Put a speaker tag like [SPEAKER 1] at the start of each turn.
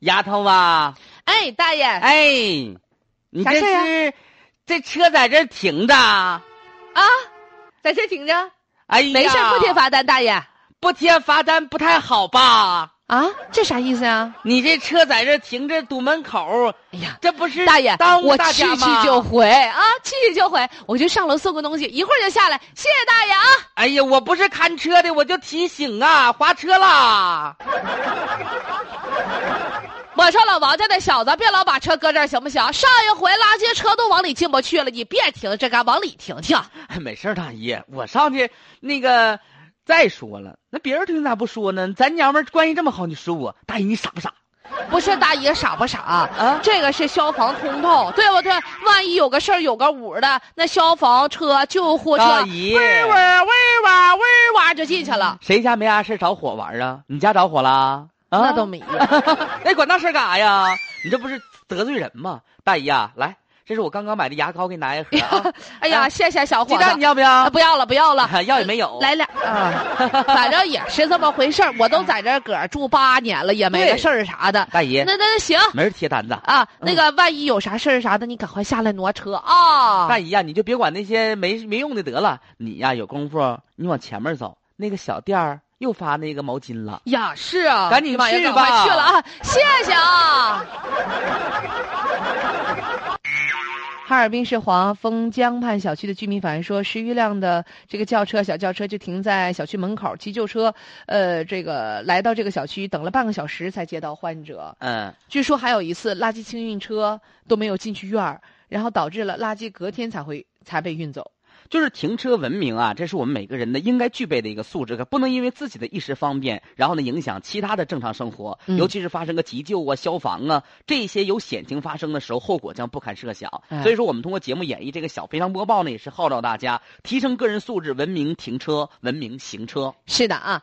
[SPEAKER 1] 丫头啊，
[SPEAKER 2] 哎，大爷，
[SPEAKER 1] 哎，你
[SPEAKER 2] 啥
[SPEAKER 1] 这
[SPEAKER 2] 事儿啊
[SPEAKER 1] 是这车在这儿停着啊？
[SPEAKER 2] 啊，在这停着，
[SPEAKER 1] 哎呀，
[SPEAKER 2] 没事，不贴，罚单，大爷
[SPEAKER 1] 不贴罚单不太好吧？
[SPEAKER 2] 啊，这啥意思呀？
[SPEAKER 1] 你这车在这儿停着堵门口，
[SPEAKER 2] 哎呀，
[SPEAKER 1] 这不是
[SPEAKER 2] 大爷
[SPEAKER 1] 耽，误
[SPEAKER 2] 我
[SPEAKER 1] 大
[SPEAKER 2] 去
[SPEAKER 1] 家吗？
[SPEAKER 2] 去就回啊，去去就回，我就上楼送个东西，一会儿就下来，谢谢大爷啊。
[SPEAKER 1] 哎呀，我不是看车的，我就提醒啊，划车啦！
[SPEAKER 2] 我说老王家的小子，别老把车搁这儿行不行？上一回垃圾车都往里进不去了，你别停这嘎，往里停停。
[SPEAKER 1] 哎没事儿，大爷，我上去那个。再说了，那别人听咋不说呢？咱娘们儿关系这么好，你说我大爷你傻不傻
[SPEAKER 2] 不是大爷傻不傻
[SPEAKER 1] 啊
[SPEAKER 2] 啊？这个是消防通道，对不对？万一有个事儿有个五的，那消防车、救护车，
[SPEAKER 1] 大姨
[SPEAKER 2] 喂喂喂哇喂哇就进去了，
[SPEAKER 1] 谁家没啥事儿着火玩啊？你家着火啦？啊，
[SPEAKER 2] 那都没有。
[SPEAKER 1] 哎，管那事儿干啥呀？你这不是得罪人吗？大姨啊，来，这是我刚刚买的牙膏，给你拿一盒 啊。
[SPEAKER 2] 哎呀，
[SPEAKER 1] 哎
[SPEAKER 2] 谢谢小
[SPEAKER 1] 鸡
[SPEAKER 2] 伙
[SPEAKER 1] 蛋你哦要
[SPEAKER 2] 子。
[SPEAKER 1] 不要，
[SPEAKER 2] 啊，？不要了，不要了
[SPEAKER 1] 要也没有。
[SPEAKER 2] 来俩啊，反正也是这么回事儿。我都在这儿搁儿住八年了，也没
[SPEAKER 1] 对
[SPEAKER 2] 个事儿啥的。
[SPEAKER 1] 大姨，
[SPEAKER 2] 那那那行
[SPEAKER 1] 没人贴单子。
[SPEAKER 2] 啊，那
[SPEAKER 1] 嗯
[SPEAKER 2] 个万一有啥事儿啥的，你赶快下来挪车啊。
[SPEAKER 1] 大姨呀、你就别管那些没没用的得了。你呀、有功夫你往前面走，那个小店儿又发那个毛巾了。
[SPEAKER 2] 呀，是啊，
[SPEAKER 1] 赶紧
[SPEAKER 2] 哎呀
[SPEAKER 1] 去
[SPEAKER 2] 赶快
[SPEAKER 1] 吧
[SPEAKER 2] 去了啊，谢谢啊。 哈尔滨市华丰江畔小区的居民反映说，十余辆的这个轿车、小轿车就停在小区门口，急救车，呃，这个来到这个小区等了半个小时才接到患者。
[SPEAKER 1] 嗯，
[SPEAKER 2] 据说还有一次，垃圾清运车都没有进去院儿，然后导致了垃圾隔天才会才被运走。
[SPEAKER 1] 就是停车文明啊，这是我们每个人的应该具备的一个素质，可不能因为自己的一时方便，然后呢影响其他的正常生活。
[SPEAKER 2] 嗯
[SPEAKER 1] 尤其是发生个急救啊、消防啊这些有险情发生的时候，后果将不堪设想。
[SPEAKER 2] 哎
[SPEAKER 1] 所以说，我们通过节目演绎这个小非常播报呢，也是号召大家提升个人素质，文明停车，文明行车。
[SPEAKER 2] 是的啊，